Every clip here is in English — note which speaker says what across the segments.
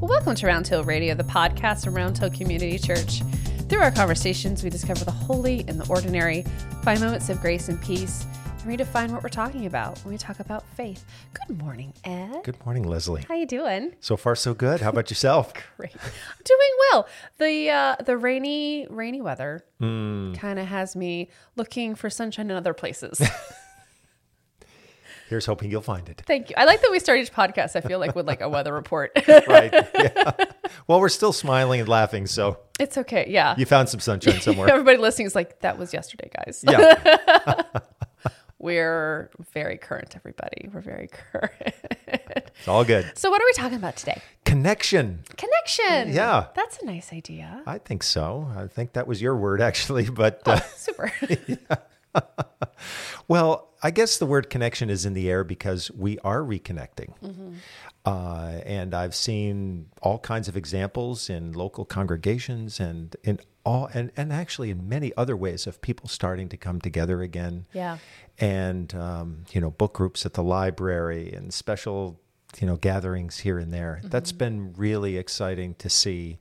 Speaker 1: Well, welcome to Round Hill Radio, the podcast from Round Hill Community Church. Through our conversations, we discover the holy and the ordinary, find moments of grace and peace, and redefine what we're talking about when we talk about faith. Good morning, Ed.
Speaker 2: Good morning, Leslie.
Speaker 1: How you doing?
Speaker 2: So far, so good. How about yourself?
Speaker 1: Great. I'm doing well. The uh, the rainy rainy weather
Speaker 2: Mm.
Speaker 1: kind of has me looking for sunshine in other places.
Speaker 2: Here's hoping you'll find it.
Speaker 1: Thank you. I like that we start each podcast. I feel like with like a weather report.
Speaker 2: Right. Yeah. Well, we're still smiling and laughing, so
Speaker 1: it's okay. Yeah.
Speaker 2: you found some sunshine somewhere.
Speaker 1: Everybody listening is like, that was yesterday, guys.
Speaker 2: yeah.
Speaker 1: We're very current, everybody. We're very current.
Speaker 2: It's all good.
Speaker 1: so, what are we talking about today?
Speaker 2: Connection.
Speaker 1: Connection.
Speaker 2: Yeah.
Speaker 1: That's a nice idea.
Speaker 2: I think so. I think that was your word actually, but uh,
Speaker 1: Oh, Super.
Speaker 2: well, I guess the word connection is in the air because we are reconnecting. Uh, and I've seen all kinds of examples in local congregations and in all and, and actually in many other ways of people starting to come together again.
Speaker 1: yeah.
Speaker 2: and um, you know book groups at the library and special you know gatherings here and there that's been really exciting to see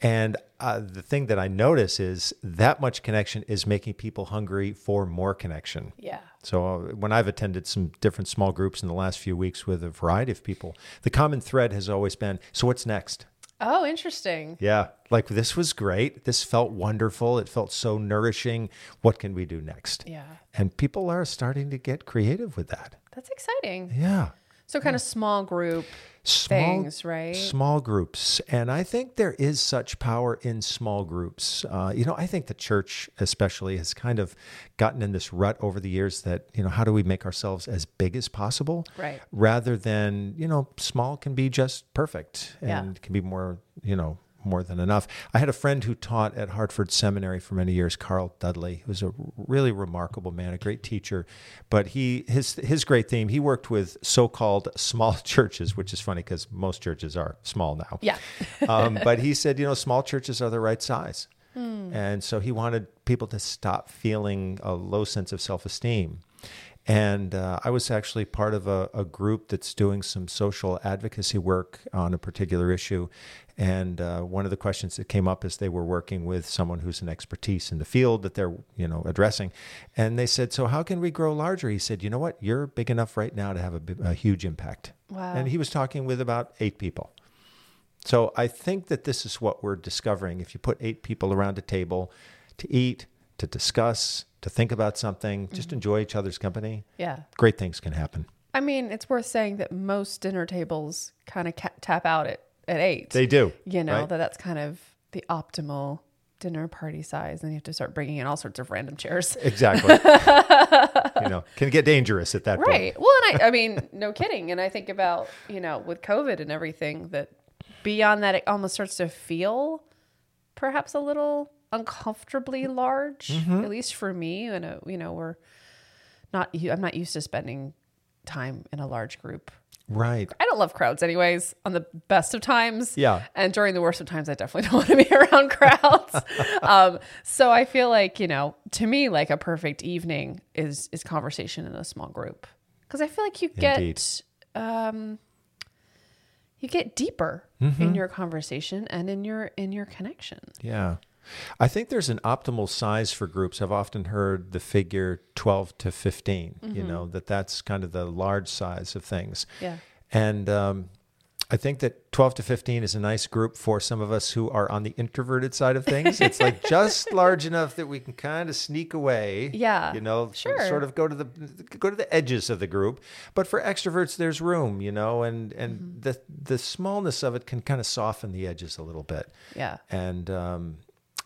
Speaker 2: and uh, the thing that i notice is that much connection is making people hungry for more connection
Speaker 1: Yeah.
Speaker 2: so uh, when I've attended some different small groups in the last few weeks with a variety of people, the common thread has always been, so what's next?
Speaker 1: Oh, interesting.
Speaker 2: Yeah, like this was great. This felt wonderful. It felt so nourishing. What can we do next?
Speaker 1: Yeah.
Speaker 2: And people are starting to get creative with that.
Speaker 1: That's exciting.
Speaker 2: Yeah.
Speaker 1: So, kind of small group
Speaker 2: Small,
Speaker 1: things, right?
Speaker 2: small groups. And I think there is such power in small groups. Uh, you know, I think the church, especially, has kind of gotten in this rut over the years that, you know, how do we make ourselves as big as possible?
Speaker 1: Right.
Speaker 2: Rather than, you know, small can be just perfect
Speaker 1: Yeah.
Speaker 2: and can be more, you know, more than enough. I had a friend who taught at Hartford Seminary for many years, Carl Dudley, who was a really remarkable man, a great teacher. But he his his great theme, he worked with so-called small churches, which is funny because most churches are small now.
Speaker 1: Yeah.
Speaker 2: um, but he said, you know, small churches are the right size. And so he wanted people to stop feeling a low sense of self esteem. And uh, I was actually part of a, a group that's doing some social advocacy work on a particular issue. And uh, one of the questions that came up is they were working with someone who's an expertise in the field that they're, you know, addressing. And they said, so how can we grow larger? He said, you know what? You're big enough right now to have a, bi- a huge impact.
Speaker 1: Wow.
Speaker 2: And he was talking with about eight people. So I think that this is what we're discovering. If you put eight people around a table to eat, to discuss, to think about something,
Speaker 1: Mm-hmm.
Speaker 2: just enjoy each other's company,
Speaker 1: Yeah.
Speaker 2: great things can happen.
Speaker 1: I mean, it's worth saying that most dinner tables kind of ca- tap out at, at eight.
Speaker 2: They do.
Speaker 1: you know
Speaker 2: right?
Speaker 1: that that's kind of the optimal dinner party size and you have to start bringing in all sorts of random chairs
Speaker 2: exactly. you know, can get dangerous at that point.
Speaker 1: right well and i i mean no kidding and i think about you know with covid and everything that beyond that it almost starts to feel perhaps a little uncomfortably large at least for me and uh, you know we're not u- i'm not used to spending time in a large group
Speaker 2: Right.
Speaker 1: I don't love crowds, anyways. On the best of times,
Speaker 2: Yeah.
Speaker 1: and during the worst of times, I definitely don't want to be around crowds. um, so I feel like you know, to me, like a perfect evening is is conversation in a small group because I feel like you
Speaker 2: Indeed.
Speaker 1: get um, you get deeper
Speaker 2: Mm-hmm.
Speaker 1: in your conversation and in your in your connection.
Speaker 2: Yeah. I think there's an optimal size for groups. I've often heard the figure 12 to 15, you know, that that's kind of the large size of things.
Speaker 1: Mm-hmm. Yeah.
Speaker 2: And um, I think that 12 to 15 is a nice group for some of us who are on the introverted side of things. It's like just large enough that we can kind of sneak away.
Speaker 1: Yeah,
Speaker 2: You know, s-
Speaker 1: sure.
Speaker 2: sort of go to the go to the edges of the group. But for extroverts there's room, you know, and and
Speaker 1: Mm-hmm.
Speaker 2: the the smallness of it can kind of soften the edges a little bit.
Speaker 1: Yeah,
Speaker 2: And um,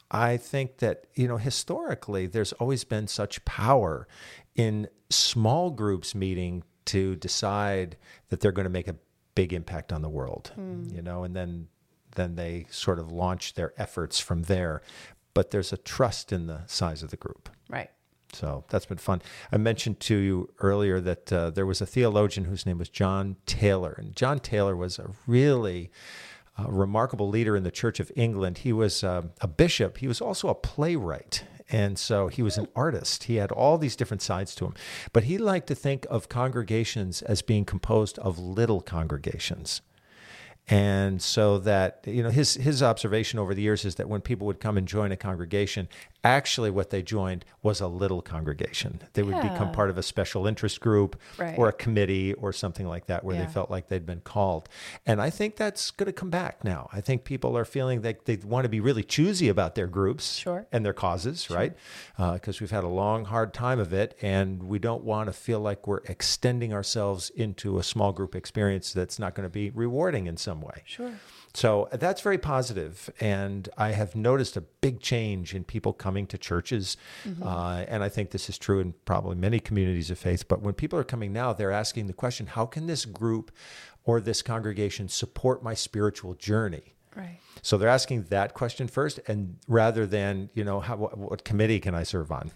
Speaker 2: I think that, you know, historically, there's always been such power in small groups meeting to decide that they're going to make a big impact on the world, you know, and then then they sort of launch their efforts from there. But there's a trust in the size of the group.
Speaker 1: right.
Speaker 2: So that's been fun. I mentioned to you earlier that uh, there was a theologian whose name was John Taylor. And John Taylor was a really uh, remarkable leader in the Church of England. He was um, a bishop, he was also a playwright. And so he was an artist. He had all these different sides to him. But he liked to think of congregations as being composed of little congregations. And so that you know his his observation over the years is that when people would come and join a congregation, actually what they joined was a little congregation. They would become
Speaker 1: Yeah.
Speaker 2: part of a special interest group
Speaker 1: Right.
Speaker 2: or a committee or something like that where
Speaker 1: Yeah.
Speaker 2: they felt like they'd been called. And I think that's going to come back now. I think people are feeling that they want to be really choosy about their groups
Speaker 1: Sure.
Speaker 2: and their causes, right? Because we've had a long, hard time of it, and we don't want to feel like we're extending ourselves into a small group experience that's not going to be rewarding in some way.
Speaker 1: Sure.
Speaker 2: So that's very positive, and I have noticed a big change in people coming to churches, uh, and I think this is true in probably many communities of faith. But when people are coming now, they're asking the question: How can this group or this congregation support my spiritual journey?
Speaker 1: Right.
Speaker 2: So they're asking that question first, and rather than you know, how, what, what committee can I serve on?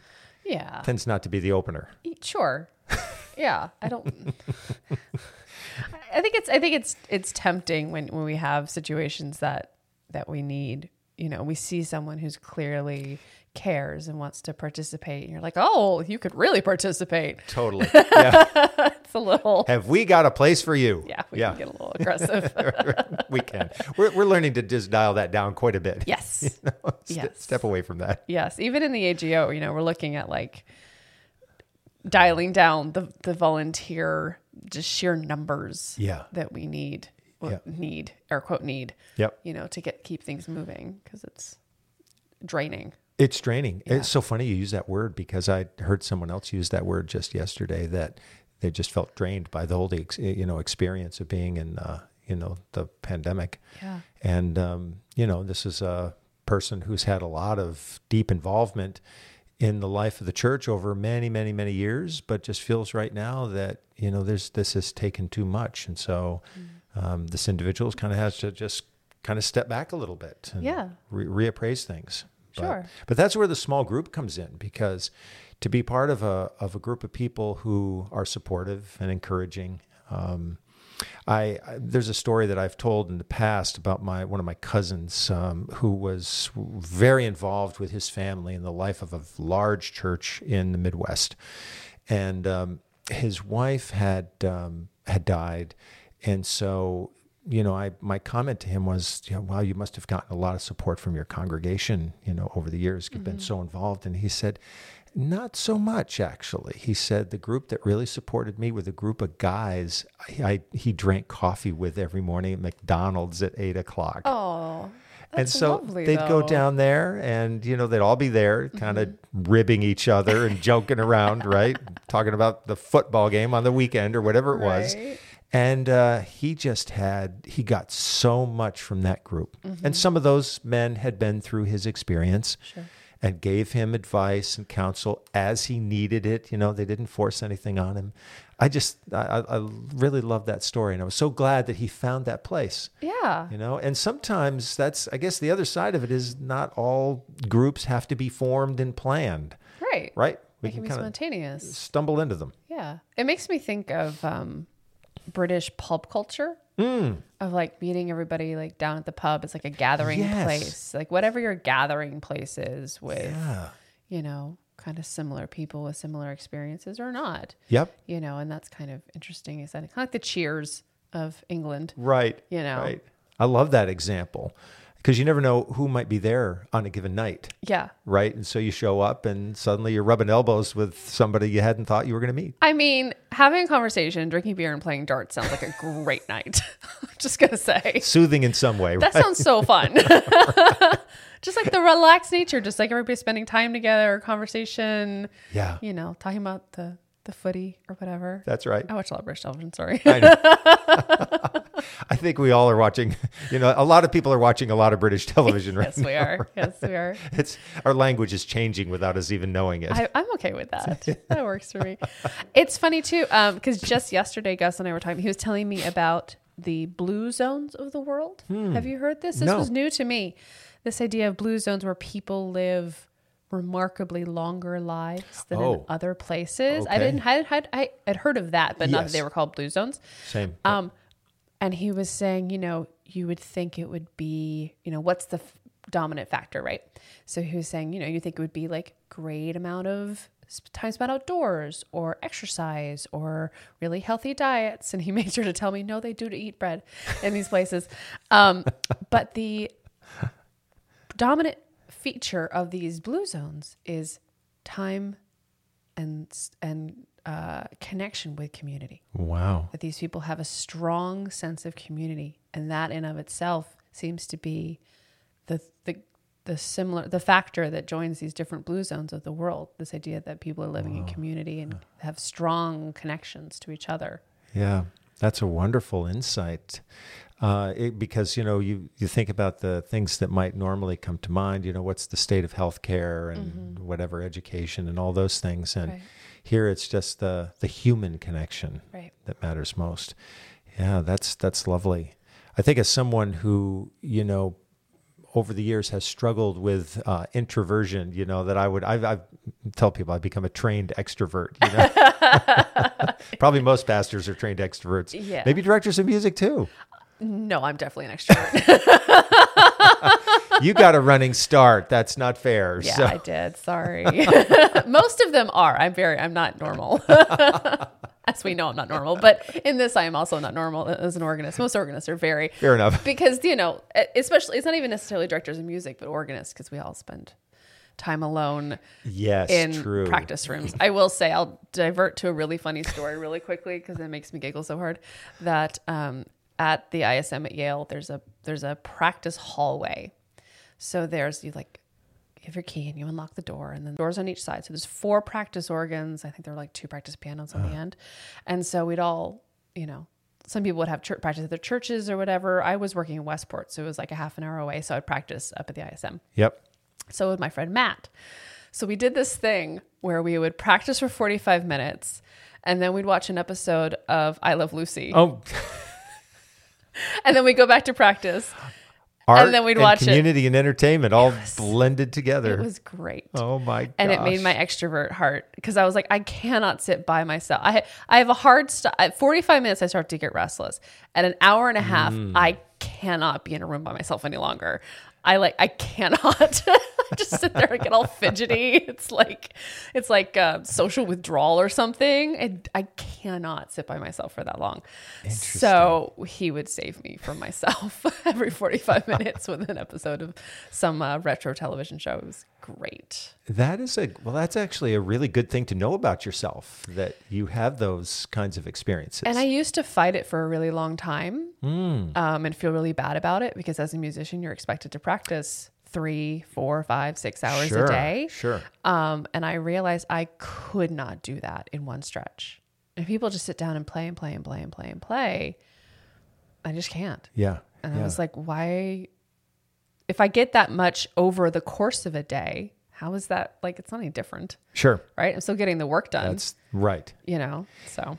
Speaker 1: Yeah.
Speaker 2: Tends not to be the opener.
Speaker 1: Y- Sure. yeah. I don't. I- I think it's. I think it's. It's tempting when when we have situations that that we need. You know, we see someone who's clearly cares and wants to participate, and you're like, "Oh, you could really participate."
Speaker 2: Totally. yeah.
Speaker 1: It's a little.
Speaker 2: Have we got a place for you?
Speaker 1: Yeah, we
Speaker 2: yeah,
Speaker 1: can get a little aggressive.
Speaker 2: we can. We're, we're learning to just dial that down quite a bit.
Speaker 1: yes.
Speaker 2: Ste-
Speaker 1: Yes.
Speaker 2: Step away from that.
Speaker 1: Yes, even in the AGO, you know, we're looking at like dialing down the the volunteer just sheer numbers
Speaker 2: Yeah.
Speaker 1: that we need well,
Speaker 2: Yeah.
Speaker 1: need air quote need
Speaker 2: Yep.
Speaker 1: you know to get keep things moving because it's draining
Speaker 2: It's draining. It's so funny you use that word because I heard someone else use that word just yesterday that they just felt drained by the whole ex- you know experience of being in uh, you know the pandemic.
Speaker 1: Yeah.
Speaker 2: And um, you know this is a person who's had a lot of deep involvement in the life of the church over many many many years, but just feels right now that you know there's this has taken too much, and so
Speaker 1: Mm.
Speaker 2: um, this individual kind of has to just kind of step back a little bit and
Speaker 1: Yeah.
Speaker 2: re- reappraise things. But-
Speaker 1: Sure.
Speaker 2: But that's where the small group comes in because to be part of a of a group of people who are supportive and encouraging. Um, I, I there's a story that I've told in the past about my one of my cousins um, who was very involved with his family in the life of a large church in the Midwest, and um, his wife had um, had died, and so you know, I my comment to him was, you know, "Wow, you must have gotten a lot of support from your congregation, you know, over the years. You've been so involved." And he said, "Not so much, actually." He said, "The group that really supported me were the group of guys I, I he drank coffee with every morning at McDonald's at eight o'clock."
Speaker 1: oh
Speaker 2: and
Speaker 1: that's
Speaker 2: so
Speaker 1: lovely,
Speaker 2: they'd go
Speaker 1: though. Mm-hmm.
Speaker 2: down there, and you know, they'd all be there, kind of ribbing each other and joking around, right? Talking about the football game on the weekend or whatever it was.
Speaker 1: Right.
Speaker 2: And uh, he just had, he got so much from that group.
Speaker 1: Mm-hmm.
Speaker 2: And some of those men had been through his experience and gave him advice and counsel as he needed it. You know, they didn't force anything on him. I just, I, I I really loved that story. And I was so glad that he found that place.
Speaker 1: yeah
Speaker 2: You know, and sometimes that's, I guess, the other side of it is not all groups have to be formed and planned,
Speaker 1: right
Speaker 2: right? We
Speaker 1: it can be
Speaker 2: kinda
Speaker 1: spontaneous
Speaker 2: stumble into them.
Speaker 1: Yeah. It makes me think of um, British pub culture.
Speaker 2: Mm.
Speaker 1: Of like meeting everybody like down at the pub. It's like a gathering
Speaker 2: Yes.
Speaker 1: place. Like whatever your gathering place is with,
Speaker 2: Yeah.
Speaker 1: you know, kind of similar people with similar experiences or not.
Speaker 2: Yep.
Speaker 1: You know, and that's kind of interesting. Is that kind of like the cheers of England?
Speaker 2: Right.
Speaker 1: You know.
Speaker 2: Right. I love that example because you never know who might be there on a given night,
Speaker 1: Yeah.
Speaker 2: right? And so you show up and suddenly you're rubbing elbows with somebody you hadn't thought you were going to meet.
Speaker 1: I mean, having a conversation, drinking beer and playing darts sounds like a great night. I'm just gonna say.
Speaker 2: Soothing in some way,
Speaker 1: That
Speaker 2: right?
Speaker 1: sounds so fun. just like the relaxed nature, just like everybody spending time together, conversation,
Speaker 2: Yeah.
Speaker 1: you know, talking about the the footy or whatever.
Speaker 2: That's right.
Speaker 1: I watch a lot of British television, sorry.
Speaker 2: I, know. I think we all are watching, you know, a lot of people are watching a lot of British television right
Speaker 1: yes, we are. Yes, we are.
Speaker 2: It's our language is changing without us even knowing it.
Speaker 1: I, I'm okay with that. That works for me. It's funny too, because just yesterday, Gus and I were talking. He was telling me about the blue zones of the world. Have you heard this? This
Speaker 2: Hmm. No.
Speaker 1: was new to me. This idea of blue zones where people live remarkably longer lives than in
Speaker 2: Oh.
Speaker 1: other places. I
Speaker 2: Okay.
Speaker 1: didn't, I, had, I had heard of that, but not that
Speaker 2: Yes.
Speaker 1: they were called blue zones.
Speaker 2: Same.
Speaker 1: Um, and he was saying, you know, you would think it would be, you know, what's the f- dominant factor, right? So he was saying, you know, you think it would be like great amount of sp- time spent outdoors or exercise or really healthy diets. And he made sure to tell me, no, they do to eat bread in these places. Um, but the dominant feature of these blue zones is time and s- and uh, connection with community
Speaker 2: Wow.
Speaker 1: that these people have a strong sense of community and that in of itself seems to be the the the similar the factor that joins these different blue zones of the world this idea that people are living in community and have strong connections to each other
Speaker 2: Yeah, that's a wonderful insight. Uh, it, because you know you, you think about the things that might normally come to mind you know what's the state of healthcare and whatever education and all those things and
Speaker 1: Mm-hmm. Right.
Speaker 2: here it's just the the human connection
Speaker 1: right
Speaker 2: that matters most. Yeah, that's that's lovely. I think as someone who you know over the years has struggled with uh, introversion, you know that I would I've, I've tell people I've become a trained extrovert. You know? Probably most pastors are trained extroverts.
Speaker 1: Yeah.
Speaker 2: Maybe directors of music too.
Speaker 1: no i'm definitely an extrovert
Speaker 2: You got a running start. That's not fair.
Speaker 1: yeah
Speaker 2: so.
Speaker 1: i did sorry most of them are i'm very i'm not normal as we know i'm not normal but in this i am also not normal as an organist most organists are very
Speaker 2: Fair enough.
Speaker 1: because you know e, especially it's not even necessarily directors of music but organists because we all spend time alone
Speaker 2: Yes,
Speaker 1: in
Speaker 2: true.
Speaker 1: practice rooms i will say i'll divert to a really funny story really quickly because it makes me giggle so hard that um, at the ism at yale there's a there's a practice hallway so there's you like you have your key and you unlock the door and then doors on each side. So there's four practice organs. I think there were like two practice pianos on the end. And so we'd all, you know, some people would have church practice at their churches or whatever. I was working in Westport, so it was like a half an hour away. So I'd practice up at the ISM.
Speaker 2: Yep.
Speaker 1: So would my friend Matt. So we did this thing where we would practice for 45 minutes and then we'd watch an episode of I Love Lucy.
Speaker 2: Oh,
Speaker 1: And then we'd go back to practice.
Speaker 2: art
Speaker 1: then we'd watch it.
Speaker 2: community and entertainment all blended together.
Speaker 1: It was great.
Speaker 2: oh my god.
Speaker 1: and it made my extrovert heart because I was like, I cannot sit by myself. I I have a hard stop. At 45 minutes, I start to get restless. At an hour and a half, I cannot be in a room by myself any longer. I like I cannot just sit there and get all fidgety. It's like it's like uh, social withdrawal or something. And I cannot sit by myself for that long. So he would save me from myself every 45 minutes with an episode of some uh, retro television show. It was great.
Speaker 2: That is a well. That's actually a really good thing to know about yourself that you have those kinds of experiences.
Speaker 1: And I used to fight it for a really long time
Speaker 2: Hmm.
Speaker 1: um, and feel really bad about it because as a musician, you're expected to practice three, four, five, six hours
Speaker 2: sure,
Speaker 1: a day.
Speaker 2: Sure.
Speaker 1: Um, and I realized I could not do that in one stretch. If people just sit down and play and play and play and play and play, I just can't.
Speaker 2: Yeah.
Speaker 1: And
Speaker 2: yeah.
Speaker 1: I was like, why? If I get that much over the course of a day, how is that like? It's not any different,
Speaker 2: sure.
Speaker 1: right? I'm still getting the work done,
Speaker 2: That's right.
Speaker 1: you know? So.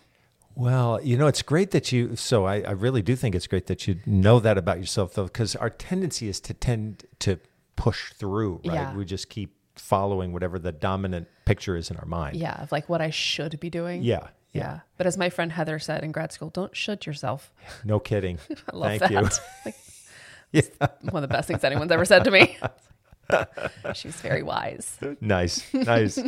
Speaker 2: Well, you know, it's great that you. So I, I really do think it's great that you know that about yourself, though, because our tendency is to tend to push through. Right.
Speaker 1: Yeah.
Speaker 2: We just keep following whatever the dominant picture is in our mind.
Speaker 1: Yeah, of like what I should be doing.
Speaker 2: Yeah.
Speaker 1: Yeah. But as my friend Heather said in grad school, don't should yourself.
Speaker 2: No kidding.
Speaker 1: I love
Speaker 2: Thank
Speaker 1: that. like, One of the best things anyone's ever said to me. She's very wise.
Speaker 2: you. nice. Nice.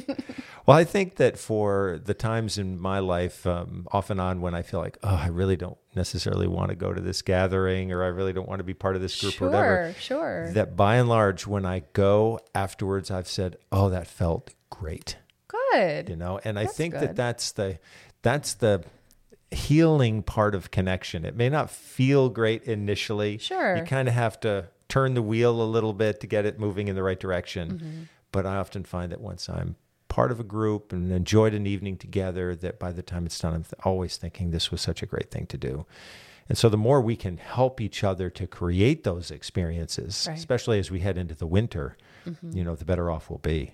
Speaker 2: well, I think that for the times in my life, um, off and on, when I feel like, oh, I really don't necessarily want to go to this gathering or I really don't want to be part of this group or whatever,
Speaker 1: Sure, sure.
Speaker 2: that by and large, when I go afterwards, I've said, oh, that felt great
Speaker 1: Good.
Speaker 2: you know and i think that
Speaker 1: good.
Speaker 2: that's the that's the healing part of connection it may not feel great initially
Speaker 1: Sure.
Speaker 2: you kind of have to turn the wheel a little bit to get it moving in the right direction
Speaker 1: Mm-hmm.
Speaker 2: but i often find that once i'm part of a group and enjoyed an evening together that by the time it's done i'm th- always thinking this was such a great thing to do and so the more we can help each other to create those experiences
Speaker 1: Right. Mm-hmm.
Speaker 2: especially as we head into the winter you know the better off we'll be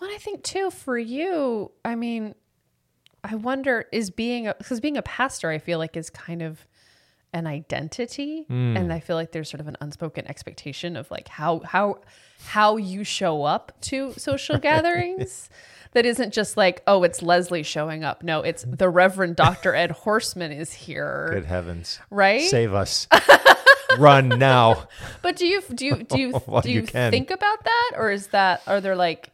Speaker 1: Well, I think too for you, I mean, I wonder is being because being a pastor, I feel like is kind of an identity,
Speaker 2: Hmm.
Speaker 1: and I feel like there's sort of an unspoken expectation of like how how how you show up to social gatherings. That isn't just like oh, it's Leslie showing up. No, it's the Reverend Doctor Ed Horseman is here,
Speaker 2: good heavens
Speaker 1: right?
Speaker 2: Save us. Run now.
Speaker 1: But do you do you do you,
Speaker 2: While
Speaker 1: do
Speaker 2: you
Speaker 1: you
Speaker 2: can.
Speaker 1: think about that, or is that are there like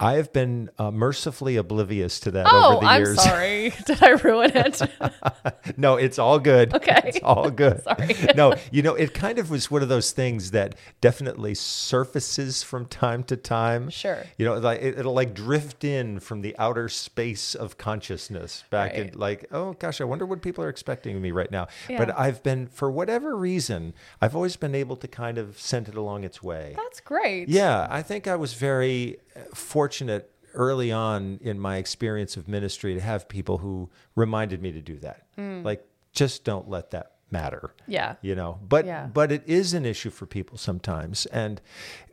Speaker 2: I have been uh, mercifully oblivious to that
Speaker 1: Oh,
Speaker 2: over the
Speaker 1: I'm
Speaker 2: years.
Speaker 1: sorry. Did I ruin it?
Speaker 2: no, it's all good.
Speaker 1: Okay.
Speaker 2: It's all good.
Speaker 1: Sorry.
Speaker 2: no, you know, it kind of was one of those things that definitely surfaces from time to time.
Speaker 1: Sure.
Speaker 2: You know, like it, will like drift in from the outer space of consciousness back
Speaker 1: Right.
Speaker 2: in like, oh gosh, I wonder what people are expecting of me right now.
Speaker 1: Yeah.
Speaker 2: But I've been for whatever reason, I've always been able to kind of send it along its way.
Speaker 1: That's great.
Speaker 2: Yeah, I think I was very uh, fortunate early on in my experience of ministry to have people who reminded me to do that. Like, just don't let that matter.
Speaker 1: Hmm. Yeah.
Speaker 2: You know, but
Speaker 1: Yeah.
Speaker 2: but it is an issue for people sometimes. And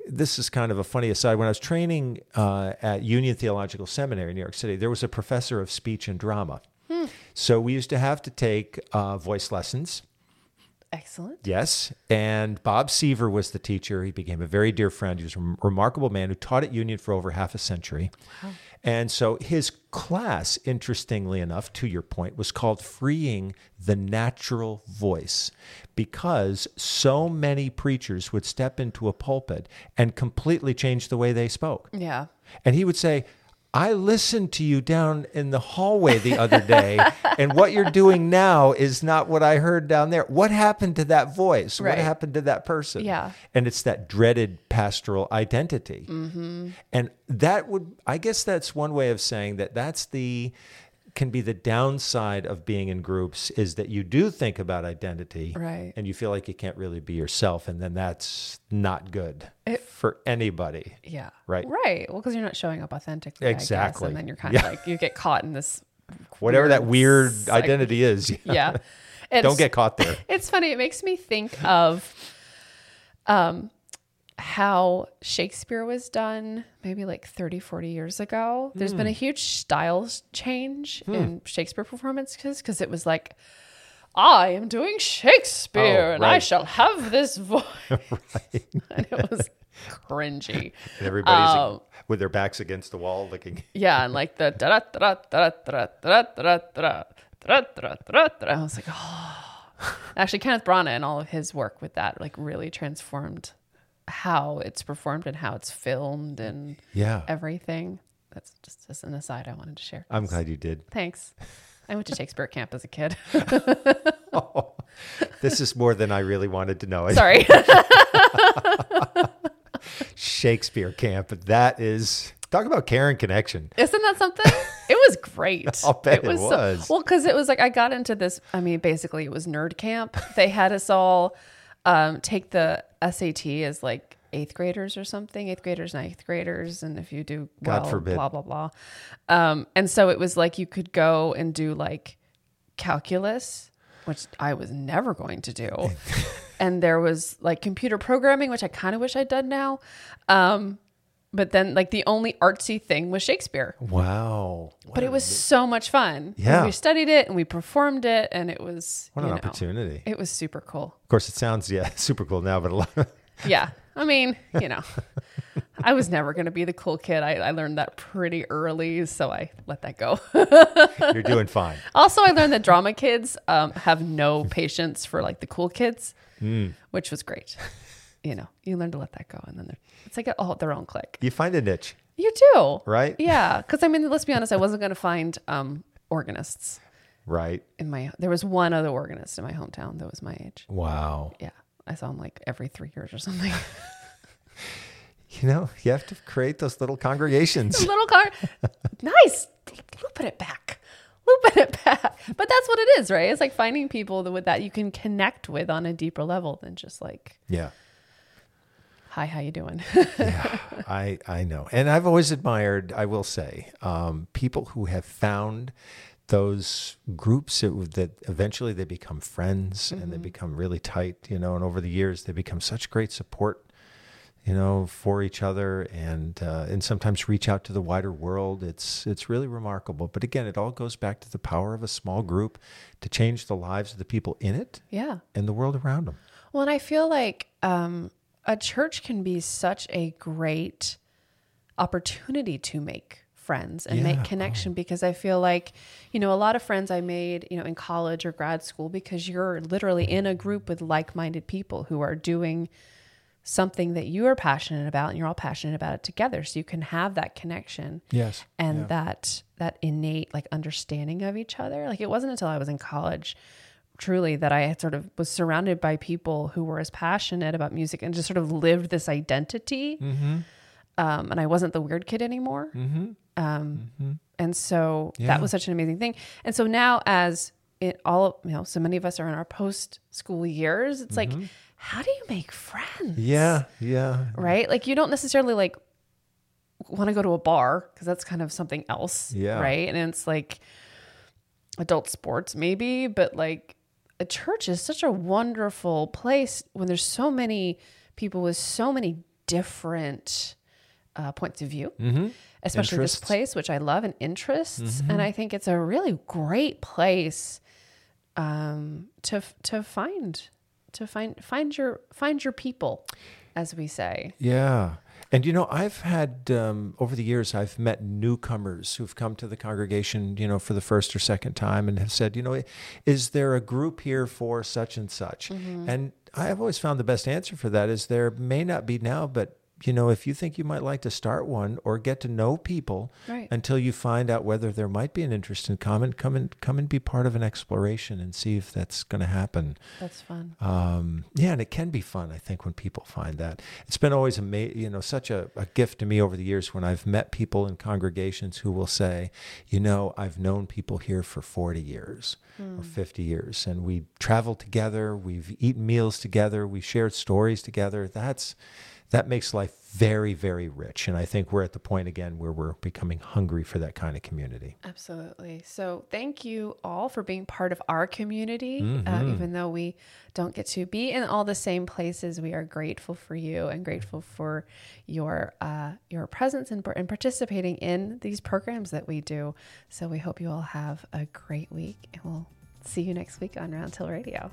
Speaker 2: this is kind of a funny aside. When I was training uh, at Union Theological Seminary in New York City, there was a professor of speech and drama.
Speaker 1: Hmm.
Speaker 2: So we used to have to take uh, voice lessons.
Speaker 1: Excellent.
Speaker 2: Yes. And Bob Seaver was the teacher. He became a very dear friend. He was a remarkable man who taught at Union for over half a century. And so his class, interestingly enough, to your point, was called Freeing the Natural Voice because so many preachers would step into a pulpit and completely change the way they spoke.
Speaker 1: Yeah.
Speaker 2: And he would say, I listened to you down in the hallway the other day, and what you're doing now is not what I heard down there. What happened to that voice? What
Speaker 1: Right.
Speaker 2: happened to that person?
Speaker 1: Yeah.
Speaker 2: And it's that dreaded pastoral identity.
Speaker 1: Mm-hmm.
Speaker 2: And that would, I guess that's one way of saying that that's the, can be the downside of being in groups is that you do think about identity
Speaker 1: Right.
Speaker 2: and you feel like you can't really be yourself. And then that's not good for anybody.
Speaker 1: Yeah.
Speaker 2: Right.
Speaker 1: Right. Well, because you're not showing up authentically. I guess,
Speaker 2: Exactly.
Speaker 1: and then you're kind
Speaker 2: Yeah.
Speaker 1: of like, you get caught in this.
Speaker 2: whatever that weird
Speaker 1: psych-
Speaker 2: identity is.
Speaker 1: Yeah. It's,
Speaker 2: Don't get caught there.
Speaker 1: It's funny. It makes me think of um, how Shakespeare was done maybe like 30, 40 years ago. There's been a
Speaker 2: Hmm.
Speaker 1: huge style change in Shakespeare performances because it was like, I am doing Shakespeare
Speaker 2: Oh,
Speaker 1: and I
Speaker 2: right.
Speaker 1: shall have this voice. and it was cringy.
Speaker 2: And everybody's
Speaker 1: Um,
Speaker 2: with their backs against the wall looking.
Speaker 1: Yeah, and like the da da da da da da da da da da da da da. I was like, oh. Actually, Kenneth Branagh and all of his work with that like really transformed how it's performed and how it's filmed and
Speaker 2: Yeah.
Speaker 1: everything. That's just, just an aside I wanted to share.
Speaker 2: I'm glad you did.
Speaker 1: Thanks. I went to Shakespeare camp as a kid.
Speaker 2: This is more than I really wanted to know.
Speaker 1: Sorry.
Speaker 2: Shakespeare camp. That is talk about Karen connection.
Speaker 1: Isn't that something? It was great.
Speaker 2: I'll bet it
Speaker 1: so-
Speaker 2: was.
Speaker 1: well, because it was like I got into this. I mean, basically, it was nerd camp. They had us all um, take the SAT as like eighth graders or something, eighth graders, ninth graders, and if you do well,
Speaker 2: God forbid.
Speaker 1: blah blah blah. Um, and so it was like you could go and do like calculus, which I was never going to do. and there was like computer programming, which I kind of wish I'd done now. Um, but then like the only artsy thing was Shakespeare.
Speaker 2: Wow. What
Speaker 1: But it was so much fun. And
Speaker 2: Yeah.
Speaker 1: we studied it and we performed it, and it was
Speaker 2: what an
Speaker 1: you know,
Speaker 2: opportunity.
Speaker 1: It was super cool.
Speaker 2: Of course, it sounds yeah super cool now, but a lot.
Speaker 1: Yeah, I mean, you know, I was never going to be the cool kid. I, I learned that pretty early, so I let that go.
Speaker 2: you're doing fine.
Speaker 1: also, I learned that drama kids um, have no patience for like the cool kids,
Speaker 2: Hmm.
Speaker 1: which was great. You know, you learn to let that go, and then they're- it's like all their own clique.
Speaker 2: You find a niche,
Speaker 1: You do,
Speaker 2: Right?
Speaker 1: Yeah, because I mean, let's be honest. I wasn't going to find um, organists.
Speaker 2: right?
Speaker 1: in my there was one other organist in my hometown that was my age.
Speaker 2: Wow.
Speaker 1: Yeah. I saw him like every three years or something.
Speaker 2: You know, you have to create those little congregations.
Speaker 1: little car nice. Looping it back. Looping it back. But that's what it is, right? It's like finding people that with that you can connect with on a deeper level than just like,
Speaker 2: yeah.
Speaker 1: hi, how you doing?
Speaker 2: I I know, and I've always admired. I will say, um, people who have found those groups that, that eventually they become friends and they become really tight, you know. And over the years, they become such great support, you know, for each other, and uh, and sometimes reach out to the wider world. It's it's really remarkable. But again, it all goes back to the power of a small group to change the lives of the people in it
Speaker 1: yeah.
Speaker 2: and the world around them.
Speaker 1: Well, and I feel like um, a church can be such a great opportunity to make friends and
Speaker 2: Yeah.
Speaker 1: make connection because I feel like, you know, a lot of friends I made, you know, in college or grad school because you're literally in a group with like minded people who are doing something that you are passionate about and you're all passionate about it together so you can have that connection
Speaker 2: Yes.
Speaker 1: and that that innate like understanding of each other like it wasn't until i was in college truly that i had sort of was surrounded by people who were as passionate about music and just sort of lived this identity
Speaker 2: Mm-hmm.
Speaker 1: um, and i wasn't the weird kid anymore Um, and so
Speaker 2: Mm-hmm. Yeah.
Speaker 1: that was such an amazing thing and so now as it all you know so many of us are in our post school years it's like how do you make friends
Speaker 2: Mm-hmm. Yeah. Yeah.
Speaker 1: right? Like you don't necessarily like want to go to a bar because that's kind of something else,
Speaker 2: Yeah.
Speaker 1: right? And it's like adult sports maybe, but like a church is such a wonderful place when there's so many people with so many different uh, points of view, especially
Speaker 2: Mm-hmm. Interests. Mm-hmm.
Speaker 1: this place, which I love and interests, and I think it's a really great place um, to to find to find find your find your people, as we say.
Speaker 2: Yeah. And you know, I've had um, over the years, I've met newcomers who've come to the congregation, you know, for the first or second time and have said, you know, is there a group here for such and such? And I've always found the best answer for that is there may not be now, but you know, if you think you might like to start one or get to know people
Speaker 1: Right.
Speaker 2: until you find out whether there might be an interest in common, come and come and be part of an exploration and see if that's going to happen.
Speaker 1: That's fun.
Speaker 2: Um, yeah, and it can be fun, I think, when people find that. It's been always amazing, you know, such a, a gift to me over the years when I've met people in congregations who will say, you know, I've known people here for 40 years or 50 years, and we traveled together, we've eaten meals together, we've shared stories together. That's that makes life very, very rich. And I think we're at the point again where we're becoming hungry for that kind of community.
Speaker 1: Absolutely. So, thank you all for being part of our community. Uh, even though we don't get to be in all the same places, we are grateful for you and grateful for your uh, your presence and, and participating in these programs that we do. So, we hope you all have a great week, and we'll see you next week on Round Hill Radio.